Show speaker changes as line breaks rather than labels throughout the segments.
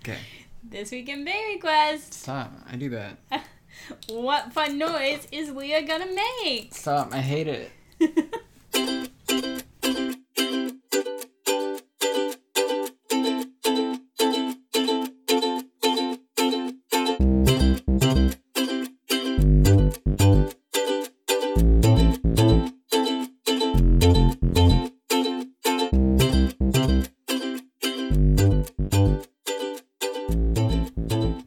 Okay,
This week in Baby Quest,
stop. I do that.
what fun noise is Leah gonna make?
Stop. I hate it.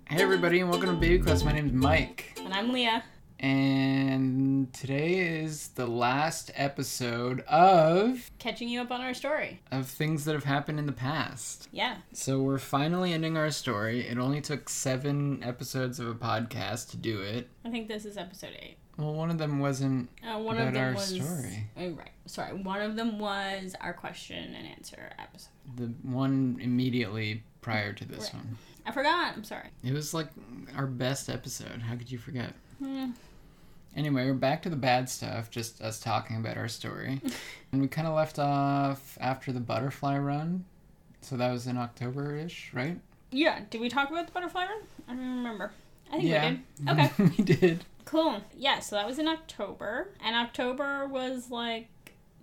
Hey, everybody, and welcome to Baby Quest. My name is Mike.
and I'm Leah.
And today is the last episode of
Catching you up on our story.
of things that have happened in the past.
Yeah.
So we're finally ending our story. It only took 7 episodes of a podcast to do it.
I think this is episode eight.
Well, one of them wasn't
Uh, one
About
of them
our
was
story.
Oh, right. Sorry. One of them was our question and answer episode.
the one immediately prior to this
Right.
one.
I forgot. I'm sorry.
It was like our best episode. How could you forget?
Hmm.
Anyway, we're back to the bad stuff, just us talking about our story. and we kind of left off after the butterfly run. So that was in October ish, right?
Yeah. Did we talk about the butterfly run? I don't remember. I think we
yeah.
did. Okay.
we did.
Cool. Yeah. So that was in October, and October was like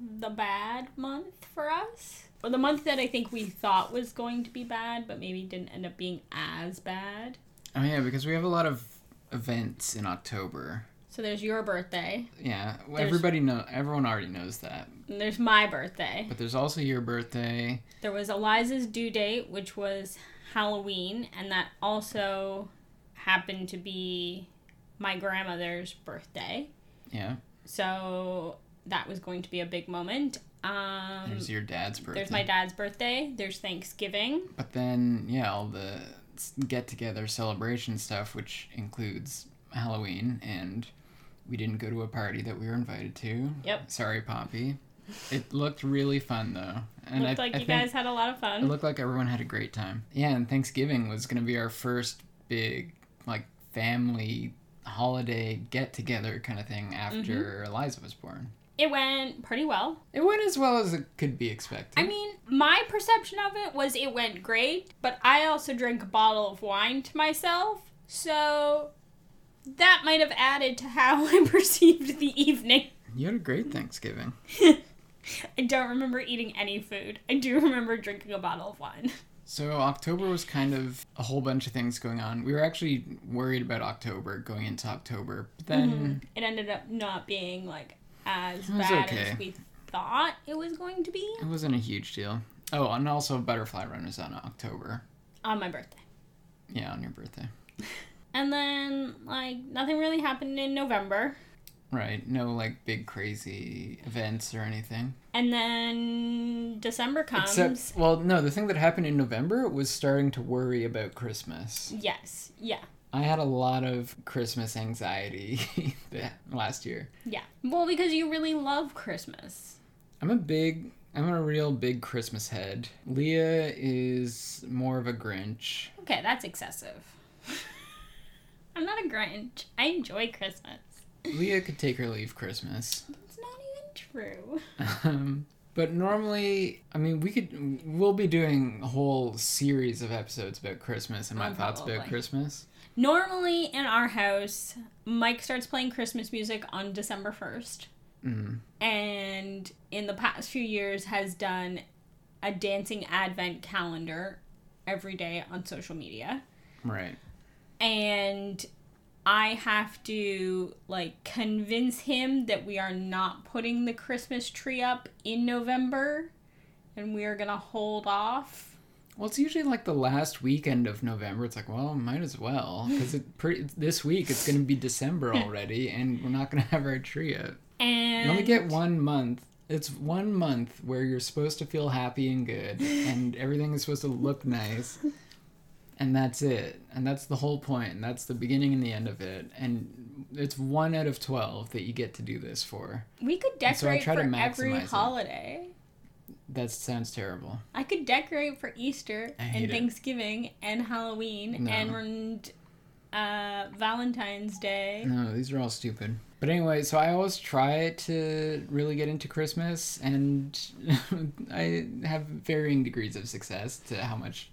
the bad month for us. Or the month that I think we thought was going to be bad, but maybe didn't end up being as bad.
Oh, yeah, because we have a lot of events in October.
So there's your birthday,
Yeah, well,
There's-
everybody know everyone already knows that.
and there's my birthday.
But there's also your birthday.
There was Eliza's due date, which was Halloween, and that also happened to be my grandmother's birthday.
Yeah.
So that was going to be a big moment. Um,
There's your dad's birthday.
There's my dad's birthday. There's Thanksgiving.
But then, yeah, all the get together celebration stuff, which includes Halloween, and we didn't go to a party that we were invited to.
Yep.
Sorry, Poppy. It looked really fun, though. And
Looked
I,
like
I
you
think
guys had a lot of
It
fun.
looked like everyone had a great time. Yeah, and Thanksgiving was going to be our first big, like, family holiday get together kind of thing
Mm-hmm.
after Eliza was born.
It went pretty well.
It went as well as it could be expected.
I mean, my perception of it was it went great, but I also drank a bottle of wine to myself, so that might have added to how I perceived the evening.
you had a great Thanksgiving.
I don't remember eating any food. I do remember drinking a bottle of wine.
So October was kind of a whole bunch of things going on. We were actually worried about October going into October, but then
It ended up not being like as
was
bad
okay.
as we thought it was going to be
it wasn't a huge deal. Oh, and also Butterfly Run was on October.
on my birthday.
Yeah, on your birthday.
And then like nothing really happened in November.
Right. No like big crazy events or anything.
And then December comes.
Except well, no, the thing that happened in November was starting to worry about Christmas.
yes. Yeah.
I had a lot of Christmas anxiety that last year.
Yeah. Well, because you really love Christmas.
I'm a big I'm a real big Christmas head. Leah is more of a Grinch.
Okay, that's excessive. I'm not a Grinch. I enjoy Christmas.
Leah could take or leave Christmas.
It's not even true.
Um, but normally, I mean, we could we'll be doing a whole series of episodes about Christmas and my
Oh,
thoughts about
probably.
Christmas.
Normally in our house, Mike starts playing Christmas music on December 1st.
Mm.
And in the past few years has done a dancing advent calendar every day on social media.
Right.
and I have to like convince him that we are not putting the Christmas tree up in November and we are going to hold off.
Well, it's usually like the last weekend of November. It's like, well, might as well because it pre- this week it's going to be December already, and we're not going to have our tree up.
And
You only get one month. It's one month where you're supposed to feel happy and good, and everything is supposed to look nice, and that's it. And that's the whole point, and that's the beginning and the end of it. And it's one out of twelve that you get to do this for.
we could
And so I
decorate
try to
for every
maximize it.
holiday.
That sounds terrible.
I could decorate for Easter
I
and
hate it.
Thanksgiving and Halloween
No.
and uh, Valentine's Day.
No, these are all stupid. But anyway, so I always try to really get into Christmas, and I have varying degrees of success to how much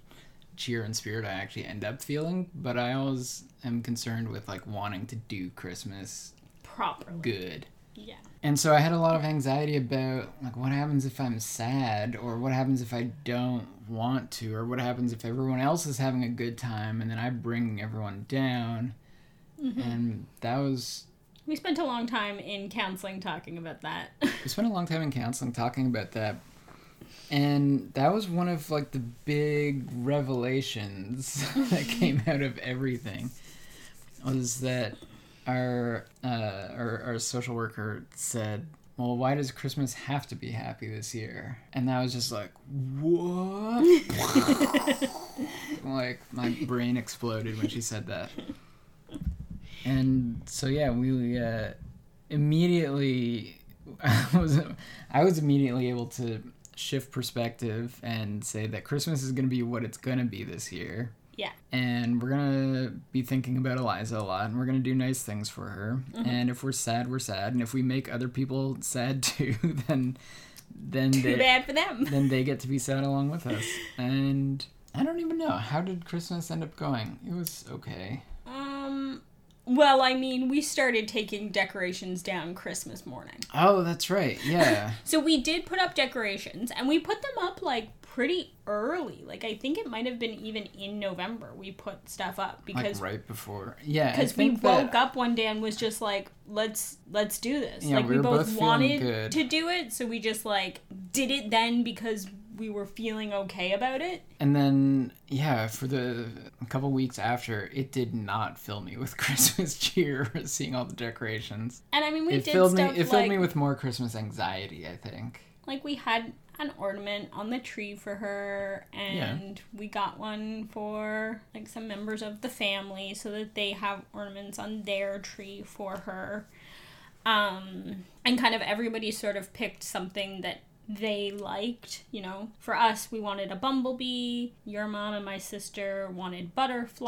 cheer and spirit I actually end up feeling, but I always am concerned with like wanting to do Christmas
properly.
good.
Yeah.
And so I had a lot of anxiety about like what happens if I'm sad or what happens if I don't want to or what happens if everyone else is having a good time and then I bring everyone down. And that was
We spent a long time in counseling talking about that.
we spent a long time in counseling talking about that. And that was one of like the big revelations that came out of everything was that our, uh, our our social worker said, "Well, why does Christmas have to be happy this year?" And that was just like, "What?" like my brain exploded when she said that. And so yeah, we uh, immediately I was I was immediately able to shift perspective and say that Christmas is going to be what it's going to be this year.
Yeah.
And we're going to be thinking about Eliza a lot and we're going to do nice things for her. And if we're sad, we're sad. And if we make other people sad too, then then
Too
they,
bad for them.
then they get to be sad along with us. And I don't even know how did Christmas end up going? It was okay.
Um. Well, I mean, we started taking decorations down Christmas morning.
Oh, that's right. Yeah.
So we did put up decorations and we put them up like pretty early. Like I think it might have been even in November we put stuff up because
like right before. Yeah. I
because we
think that-
woke up one day and was just like let's let's do this
Yeah,
like
we
we,
were both
both,
feeling good.
wanted to do it so we just like did it then because we were feeling okay about it
And then, yeah, for the a couple weeks after, it did not fill me with Christmas cheer seeing all the decorations.
and i mean we
it
did
filled me.
stuff
It filled
like
me with more Christmas anxiety. I think.
like we had an ornament on the tree for her and we got one for like some members of the family so that they have ornaments on their tree for her um and kind of everybody sort of picked something that they liked you know for us we wanted a bumblebee your mom and my sister wanted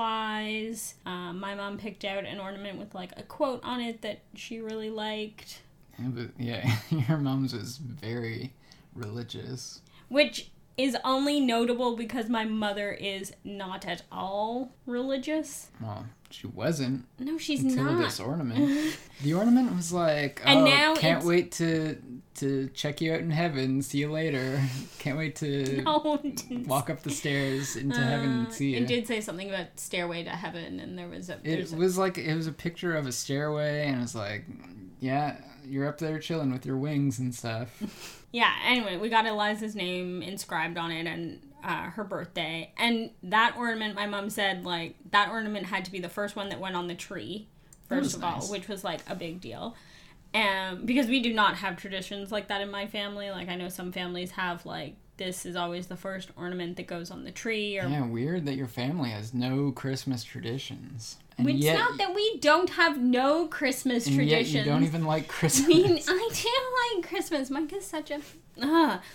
butterflies um, my mom picked out an ornament with like a quote on it that she really liked
It was- yeah, your mom's was very religious.
which is only notable because my mother is not at all religious.
Well, she wasn't
No, she's
until
not.
this ornament. the ornament was like, oh,
And now
can't
it's-
wait to to check you out in heaven. See you later. Can't wait to
No, Uh, it didn't
walk up the stairs into heaven and see you.
Oh, It did say something about stairway to heaven, and there was a.
It
there's a
was like it was a picture of a stairway, and it's like, yeah, you're up there chilling with your wings and stuff.
yeah. Anyway, we got Eliza's name inscribed on it and uh, her birthday, and that ornament. My mom said like that ornament had to be the first one that went on the tree,
was
first of
nice.
all, which was like a big deal. um, because we do not have traditions like that in my family. Like I know some families have like this is always the first ornament that goes on the tree, or
Yeah, weird that your family has no Christmas traditions, and
it's
yet,
not that we don't have no Christmas
and yet
traditions.
you don't even like Christmas.
I mean, I do like Christmas. Mike is such a. Ugh.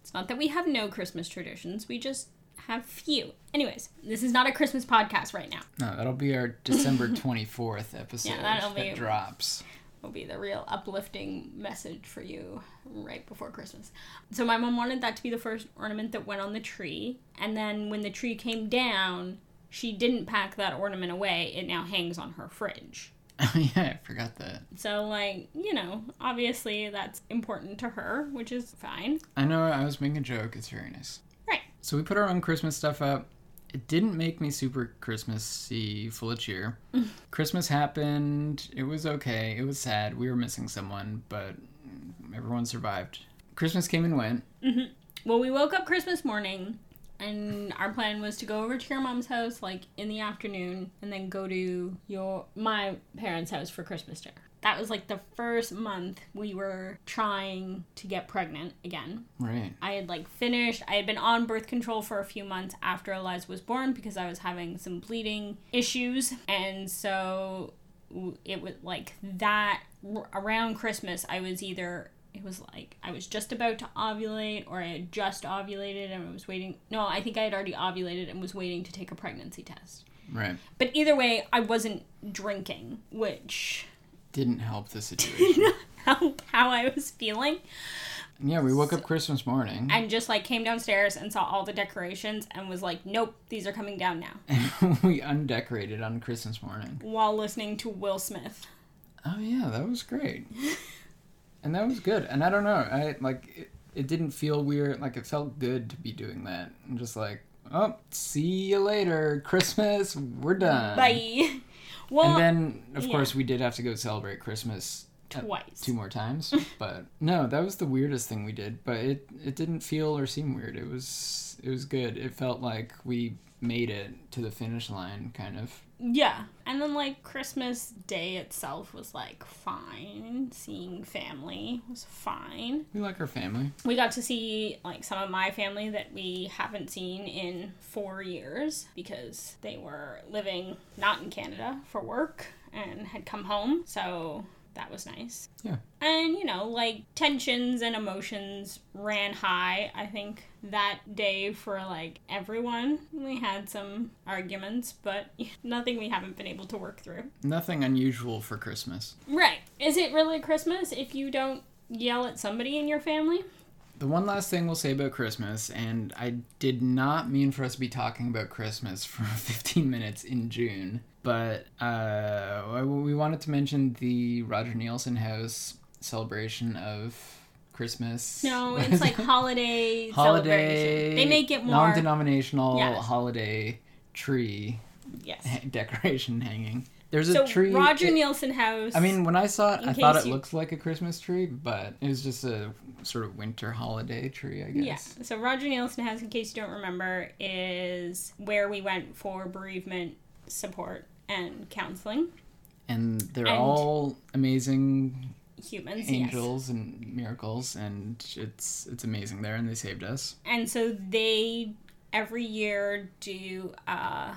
It's not that we have no Christmas traditions. We just have few. Anyways, this is not a Christmas podcast right now.
no, that'll be our December twenty fourth episode
Yeah, that'll
that
be-
drops.
will be the real uplifting message for you right before Christmas. So my mom wanted that to be the first ornament that went on the tree, and then when the tree came down, she didn't pack that ornament away. It now hangs on her fridge.
Oh yeah, I forgot that.
So like, you know, obviously that's important to her, which is fine.
I know I was making a joke. It's very nice.
Right.
So we put our own Christmas stuff up. It didn't make me super Christmassy, full of cheer. Christmas happened. It was okay. It was sad. We were missing someone, but everyone survived. Christmas came and went.
Well, we woke up Christmas morning and our plan was to go over to your mom's house like in the afternoon and then go to your my parents' house for Christmas dinner. That was like the first month we were trying to get pregnant again.
Right.
I had like finished, I had been on birth control for a few months after Eliza was born because I was having some bleeding issues and so w- it was like that r- around Christmas I was either it was like I was just about to ovulate or I had just ovulated and I was waiting no I think I had already ovulated and was waiting to take a pregnancy test
Right.
but either way I wasn't drinking which
Didn't help the situation.
how, how I was feeling
And yeah, we woke up Christmas morning.
and just like came downstairs and saw all the decorations and was like, nope, these are coming down now
and we undecorated on Christmas morning.
while listening to Will Smith.
Oh yeah, that was great. and that was good. And I don't know, I like it, it didn't feel weird. Like it felt good to be doing that. And just like, oh, see you later, Christmas. We're done.
Bye. Well,
Um, And then, of
yeah.
course, we did have to go celebrate Christmas uh,
twice.
two more times. But no, that was the weirdest thing we did. But it it didn't feel or seem weird. It was it was good. It felt like we made it to the finish line, kind of.
Yeah. And then, like, Christmas Day itself was, like, fine. Seeing family was fine.
We like our family.
We got to see, like, some of my family that we haven't seen in four years because they were living not in Canada for work and had come home. So that was nice.
Yeah.
And, you know, like, tensions and emotions ran high, I think, that day for, like, everyone. We had some arguments, but nothing we haven't been able to work through.
Nothing unusual for Christmas.
Right. Is it really Christmas if you don't yell at somebody in your family?
The one last thing we'll say about Christmas, and I did not mean for us to be talking about Christmas for 15 minutes in June, but uh, I- we wanted to mention the Roger Nielsen House celebration of Christmas.
No, it's like holiday,
holiday.
celebration. They make it more.
non-denominational
Yeah.
holiday tree
yes.
decoration hanging. There's
So
a tree.
Roger
it-
Nielsen House.
I mean, when I saw it,
In
I thought
case
it
you-
looked like a Christmas tree, but it was just a sort of winter holiday tree, I
yeah.
guess.
So Roger Nielsen House, in case you don't remember, is where we went for bereavement support and counseling.
And they're
And-
all amazing
Humans, yes.
angels and miracles, and it's it's amazing there, and they saved us.
And so they every year do a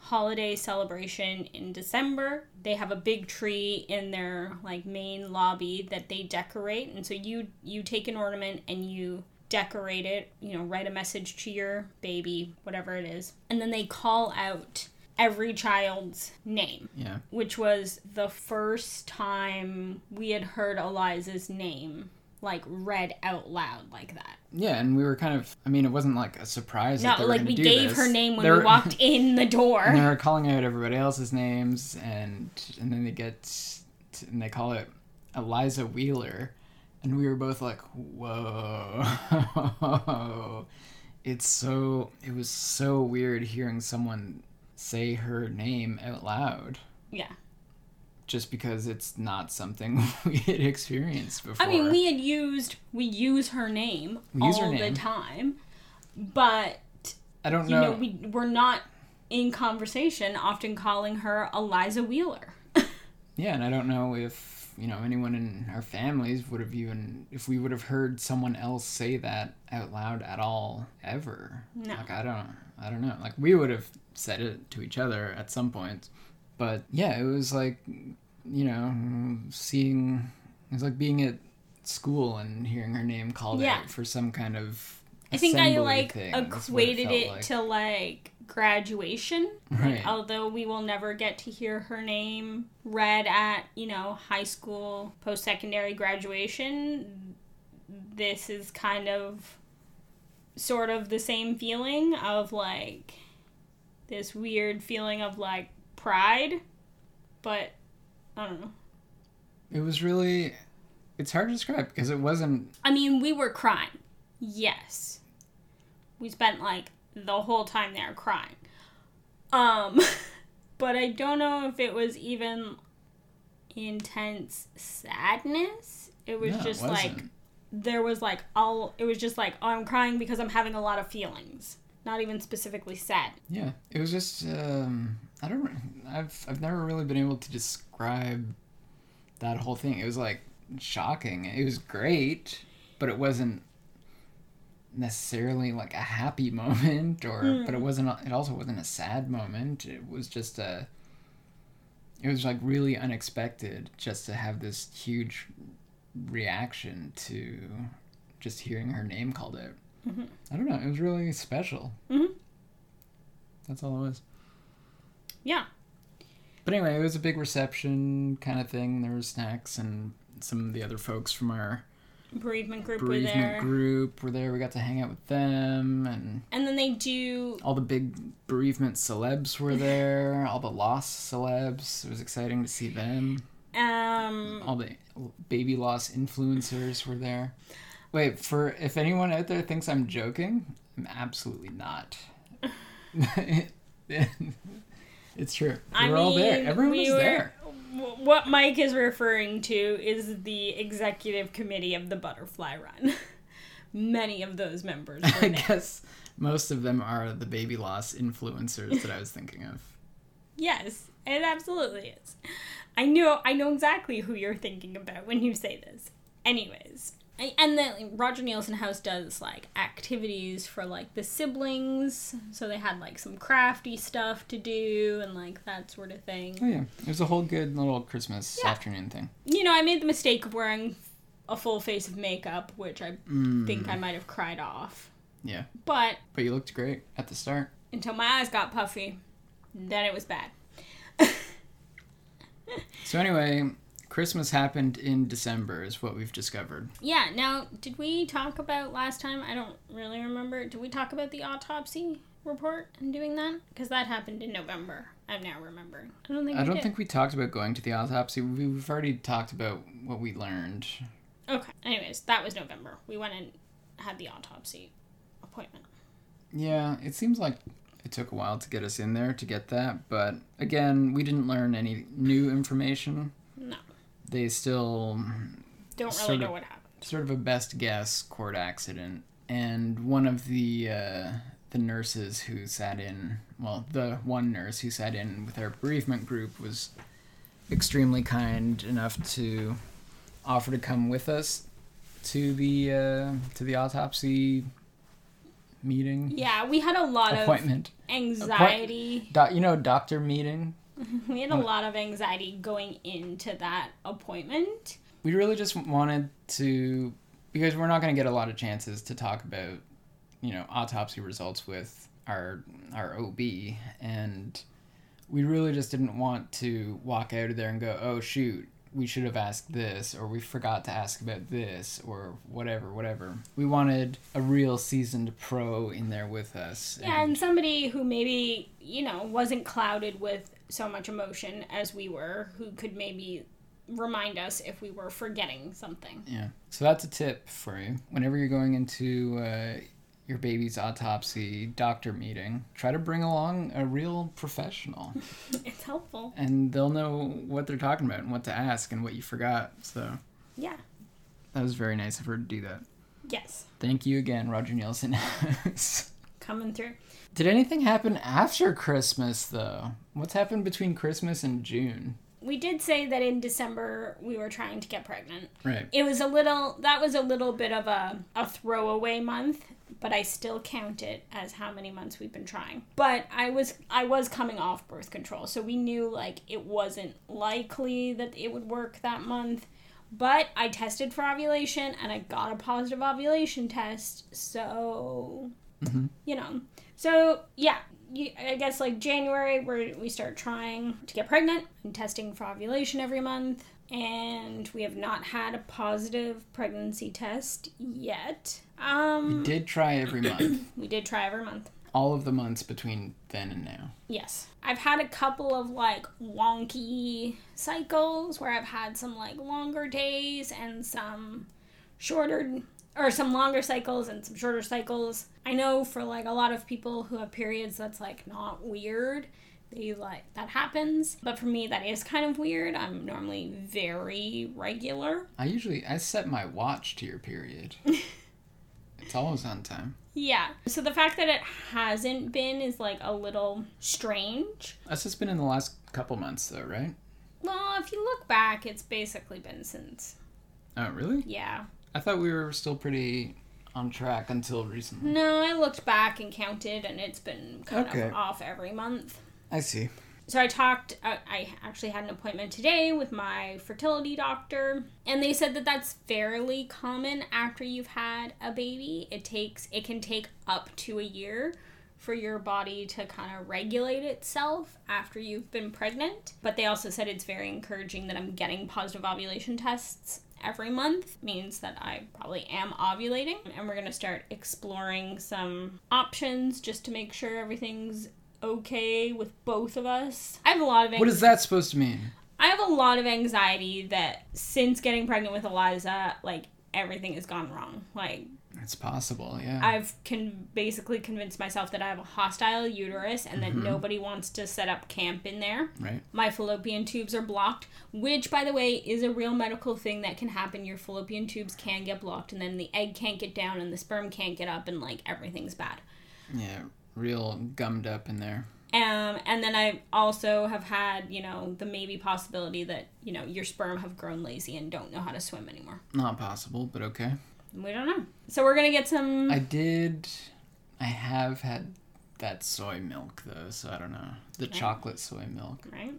holiday celebration in December. They have a big tree in their like main lobby that they decorate. And so you you take an ornament and you decorate it, you know, write a message to your baby, whatever it is. And then they call out every child's name
Yeah,
which was the first time we had heard Eliza's name like read out loud like that.
yeah, and we were kind of. I mean, it wasn't like a surprise. that they
no,
were
like
gonna
we
do
gave
this.
her name when
They
we
were-
walked in the
and
door.
they're calling out everybody else's names and and then they get t- and they call it eliza wheeler and we were both like whoa it's so it was so weird hearing someone say her name out loud
Yeah.
just because it's not something we had experienced before
I mean, we had used we use her name
We
all
use her name.
the time, but
i don't
you
know,
know we we're not in conversation often calling her Eliza Wheeler.
yeah and i don't know if you know anyone in our families would have even if we would have heard someone else say that out loud at all ever
No.
Like I don't, I don't know. Like we would have said it to each other at some point, but yeah, it was like, you know, seeing it was like being at school and hearing her name called
Yeah.
out for some kind of.
I think I
assembly
like
thing. That's what
equated
felt
it
like.
to like graduation. Like,
Right.
although we will never get to hear her name read at, you know, high school, post secondary graduation, this is kind of sort of the same feeling of like this weird feeling of like pride, but I don't know.
It was really. It's hard to describe because it wasn't.
I mean, we were crying. Yes. We spent like the whole time there crying. Um but I don't know if it was even intense sadness. It was
no, it
just
wasn't.
like there was like all it was just like oh, I'm crying because I'm having a lot of feelings. Not even specifically sad.
Yeah, it was just um, I don't. re- I've I've never really been able to describe that whole thing. It was like shocking. It was great, but it wasn't necessarily like a happy moment, or but it wasn't. It also wasn't a sad moment. It was just a. It was like really unexpected just to have this huge reaction to just hearing her name called out. I don't know. It was really special. That's all it was.
Yeah.
But anyway, it was a big reception kind of thing. There were snacks and some of the other folks from our
bereavement group were
bereavement
there.
group were there. We got to hang out with them, and
And then they do
all the big bereavement celebs were there. all the lost celebs. It was exciting to see them.
um
All the baby loss influencers were there. Wait, for if anyone out there thinks I'm joking, I'm absolutely not. it's true.
I
we were all there.
mean,
Everyone
we
was
were-
there.
w- what Mike is referring to is the executive committee of the butterfly run. Many of those members were
I
there.
guess most of them are the baby loss influencers that I was thinking of.
Yes, it absolutely is. I know I know exactly who you're thinking about when you say this. Anyways, I- and then Roger Nielsen House does like activities for like the siblings, so they had like some crafty stuff to do and like that sort of
Oh
thing.
yeah, it was a whole good little Christmas
Yeah.
afternoon thing.
You know, I made the mistake of wearing a full face of makeup, which I
Mm.
think I might have cried off.
Yeah,
But
but you looked great at the start.
until my eyes got puffy, then it was bad.
So anyway, Christmas happened in December, is what we've discovered.
Yeah, now, did we talk about last time? I don't really remember. Did we talk about the autopsy report and doing that? Because that happened in November. I'm now remembering. I don't think
I
we
don't
did.
think we talked about going to the autopsy. We- We've already talked about what we learned.
Okay. Anyways, that was November. We went and had the autopsy appointment.
Yeah, it seems like it took a while to get us in there to get that, but again, we didn't learn any new information.
No.
They still
Don't really
Sort of-
know what happened.
sort of a best guess court accident, and one of the uh, the nurses who sat in, well, the one nurse who sat in with our bereavement group was extremely kind enough to offer to come with us to the uh, to the autopsy meeting
Yeah, we had a lot of
appointment.
anxiety.
Doc you know, doctor meeting.
We had a lot of anxiety going into that appointment.
we really just wanted to because we're not going to get a lot of chances to talk about you know autopsy results with our our OB and we really just didn't want to walk out of there and go oh shoot we should have asked this or we forgot to ask about this or whatever whatever we wanted a real seasoned pro in there with us
Yeah, and somebody who maybe, you know, wasn't clouded with so much emotion as we were, who could maybe remind us if we were forgetting something.
Yeah. So that's a tip for you. Whenever you're going into uh, your baby's autopsy doctor meeting, try to bring along a real professional,
It's helpful.
and they'll know what they're talking about and what to ask and what you forgot. So
Yeah.
that was very nice of her to do that.
Yes.
Thank you again, Roger Nielsen.
Coming through.
Did anything happen after Christmas though? What's happened between Christmas and June?
We did say that in December we were trying to get pregnant.
Right.
It was a little, that was a little bit of a, a throwaway month, but I still count it as how many months we've been trying. But I was, I was coming off birth control, so we knew like it wasn't likely that it would work that month. But I tested for ovulation and I got a positive ovulation test, so you know. So yeah, you, I guess like January where we start trying to get pregnant and testing for ovulation every month, and we have not had a positive pregnancy test yet. Um,
Did try every month,
we did try every month.
all of the months between then and now.
Yes. I've had a couple of like wonky cycles where I've had some like longer days and some shorter or some longer cycles and some shorter cycles. I know for like a lot of people who have periods that's like not weird. They like that happens. But for me that is kind of weird. I'm normally very regular.
I usually I set my watch to your period. it's always on time.
Yeah. So the fact that it hasn't been is like a little strange.
That's just been in the last couple months though, right?
Well, if you look back, it's basically been since
Oh, really?
yeah,
I thought we were still pretty on track until recently.
No, I looked back and counted, and it's been kind
Okay.
of off every month.
I see.
So I talked, I, I actually had an appointment today with my fertility doctor, and they said that that's fairly common after you've had a baby. It takes, it can take up to a year for your body to kind of regulate itself after you've been pregnant. But they also said it's very encouraging that I'm getting positive ovulation tests every month means that I probably am ovulating and we're going to start exploring some options just to make sure everything's okay with both of us. I have a lot of anxiety.
What is that supposed to mean?
I have a lot of anxiety that since getting pregnant with Eliza, like everything has gone wrong. Like
It's possible, yeah.
I've can basically convinced myself that I have a hostile uterus and that
Mm-hmm.
nobody wants to set up camp in there.
right.
My fallopian tubes are blocked, which, by the way, is a real medical thing that can happen. Your fallopian tubes can get blocked, and then the egg can't get down, and the sperm can't get up, and like everything's bad.
Yeah. Real gummed up in there.
Um, and then I also have had, you know, the maybe possibility that, you know, your sperm have grown lazy and don't know how to swim anymore.
Not possible, but okay.
We don't know. So we're going to get some.
I did. I have had that soy milk though, so I don't know. The chocolate soy milk.
right?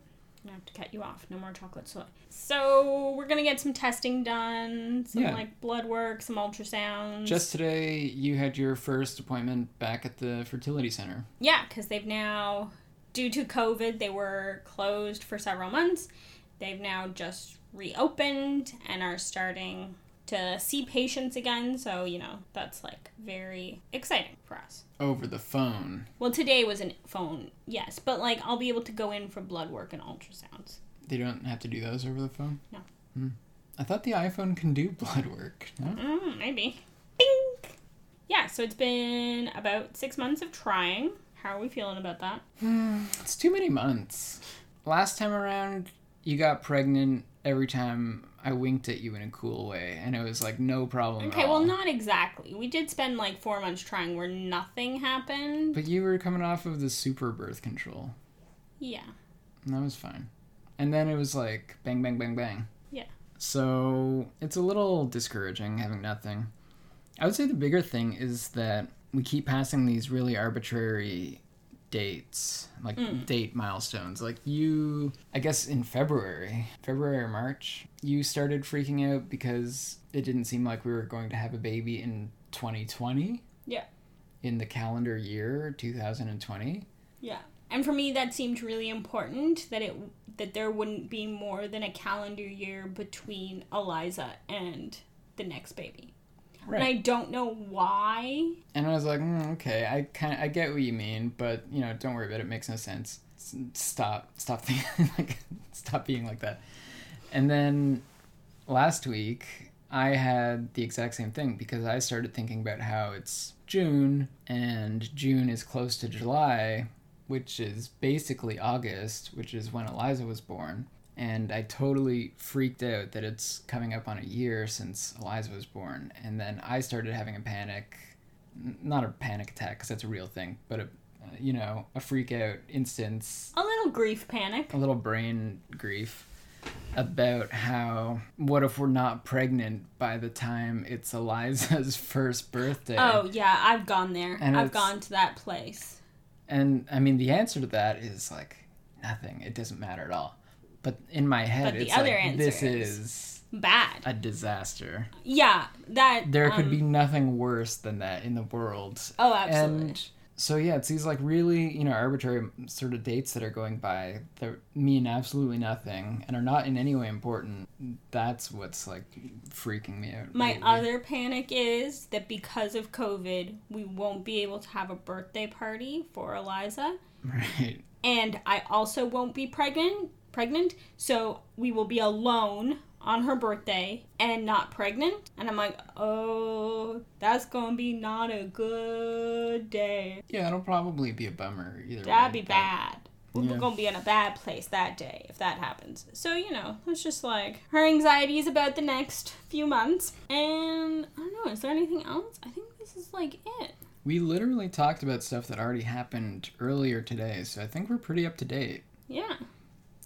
I have to cut you off. No more chocolate soy. So we're gonna get some testing done, some
Yeah.
like blood work, some ultrasounds.
Just today, you had your first appointment back at the fertility center.
Yeah, because they've now, due to COVID, they were closed for several months. They've now just reopened and are starting to see patients again. So, you know, that's like very exciting for us.
Over the phone,
Well, today was a phone, yes, but like I'll be able to go in for blood work and ultrasounds.
they don't have to do those over the phone.
No.
Hmm. I thought the iPhone can do blood work. No?
Mm, maybe. Bing! Yeah, so it's been about six months of trying. How are we feeling about that?
It's too many months. Last time around, you got pregnant every time I winked at you in a cool way, and it was like no problem.
Okay,
at all.
well, not exactly. We did spend like four months trying where nothing happened.
But you were coming off of the super birth control.
Yeah.
And that was fine. And then it was like bang, bang, bang, bang.
Yeah.
So it's a little discouraging having nothing. I would say the bigger thing is that we keep passing these really arbitrary dates, like
Hmm.
date milestones. Like you, I guess in February, February or March, you started freaking out because it didn't seem like we were going to have a baby in 2020.
Yeah.
In the calendar year 2020.
Yeah. And for me, that seemed really important that it that there wouldn't be more than a calendar year between Eliza and the next baby. And I
Right.
don't know why.
And I was like, mm, okay, I kind of I get what you mean, but you know, don't worry about it. It makes no sense. S- Stop, stop thinking, like, stop being like that. And then last week, I had the exact same thing because I started thinking about how it's June and June is close to July, which is basically August, which is when Eliza was born. And I totally freaked out that it's coming up on a year since Eliza was born. And then I started having a panic n- not a panic attack because that's a real thing, but a uh, you know a freak out instance,
A little grief panic.
a little brain grief about how what if we're not pregnant by the time it's Eliza's first birthday?
Oh yeah, I've gone there.
And
I've
it's-
gone to that place.
And I mean the answer to that is like nothing. It doesn't matter at all. But in my head,
But the
it's
other
like,
answer
this
is-
is
Bad.
a disaster.
Yeah, that
There could
um,
be nothing worse than that in the world.
Oh, absolutely.
And so yeah, it's these like really you know arbitrary sort of dates that are going by that mean absolutely nothing and are not in any way important. That's what's like freaking me out.
My
lately.
other panic is that because of COVID, we won't be able to have a birthday party for Eliza,
right,
and I also won't be pregnant. Pregnant, so we will be alone on her birthday and not pregnant. And I'm like, oh, that's gonna be not a good day.
yeah, it'll probably be a bummer either.
That'd
way,
be
but-
bad. We're
Yeah.
gonna be in a bad place that day if that happens. So you know, it's just like her anxieties about the next few months. And I don't know, is there anything else? I think this is like it.
We literally talked about stuff that already happened earlier today, so I think we're pretty up to date.
Yeah.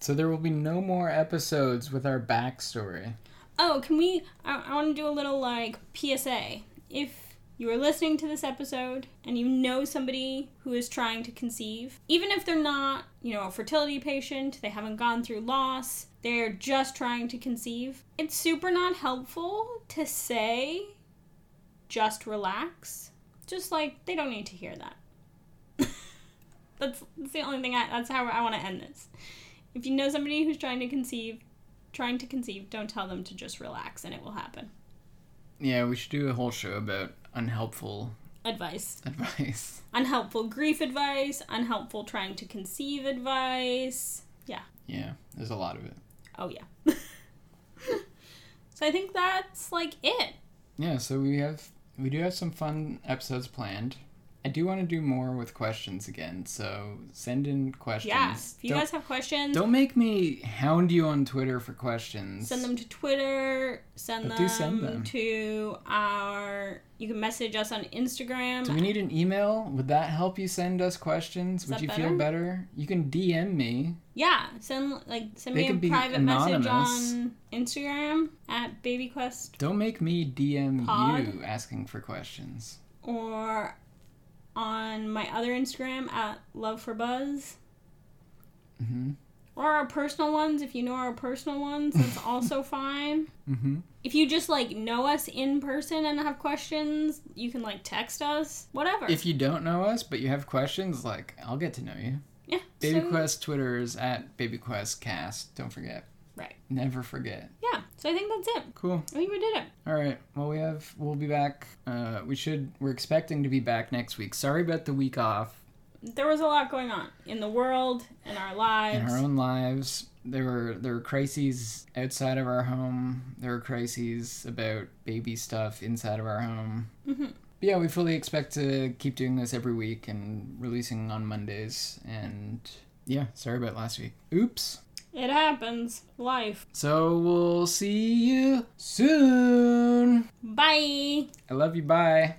So there will be no more episodes with our backstory.
Oh, can we? I, I want to do a little like PSA. If you are listening to this episode and you know somebody who is trying to conceive, even if they're not, you know, a fertility patient, they haven't gone through loss, they're just trying to conceive, it's super not helpful to say just relax. Just like they don't need to hear that. That's, that's the only thing I. That's how I want to end this. If you know somebody who's trying to conceive, trying to conceive, don't tell them to just relax and it will happen.
Yeah, we should do a whole show about unhelpful
Advice.
advice.
Unhelpful grief advice, unhelpful trying to conceive advice.
Yeah, there's a lot of it.
Oh, yeah. so I think that's like it.
Yeah, so we have we do have some fun episodes planned. I do want to do more with questions again, so send in questions.
Yeah. If you
don't,
guys have questions,
don't make me hound you on Twitter for questions.
send them to Twitter. Send
But
them,
do send them.
to our. You can message us on Instagram.
Do we need an email? Would that help you send us questions? Would
that
you
better?
feel better? You can DM me.
yeah, send like send
They
me a
could be
private message
anonymous.
on Instagram at BabyQuest
Don't make me DM
Pod?
you asking for questions.
or on my other Instagram at Love for Buzz.
Mhm.
Or our personal ones, if you know our personal ones, that's also fine.
Mhm.
If you just like know us in person and have questions, you can like text us, whatever.
If you don't know us but you have questions, like I'll get to know you.
yeah, so-
BabyQuest Twitter is at BabyQuestCast. Don't forget.
Right.
Never forget.
Yeah, so I think that's it.
Cool.
I think we did it.
All right. Well, we have. We'll be back. Uh, we should. We're expecting to be back next week. Sorry about the week off
There was a lot going on in the world, in our
in
lives.
our own lives. There were there were crises outside of our home. There were crises about baby stuff inside of our home.
Mhm.
But yeah, we fully expect to keep doing this every week and releasing on Mondays. And yeah, sorry about last week. Oops.
It happens. Life.
So we'll see you soon.
Bye.
I love you. Bye.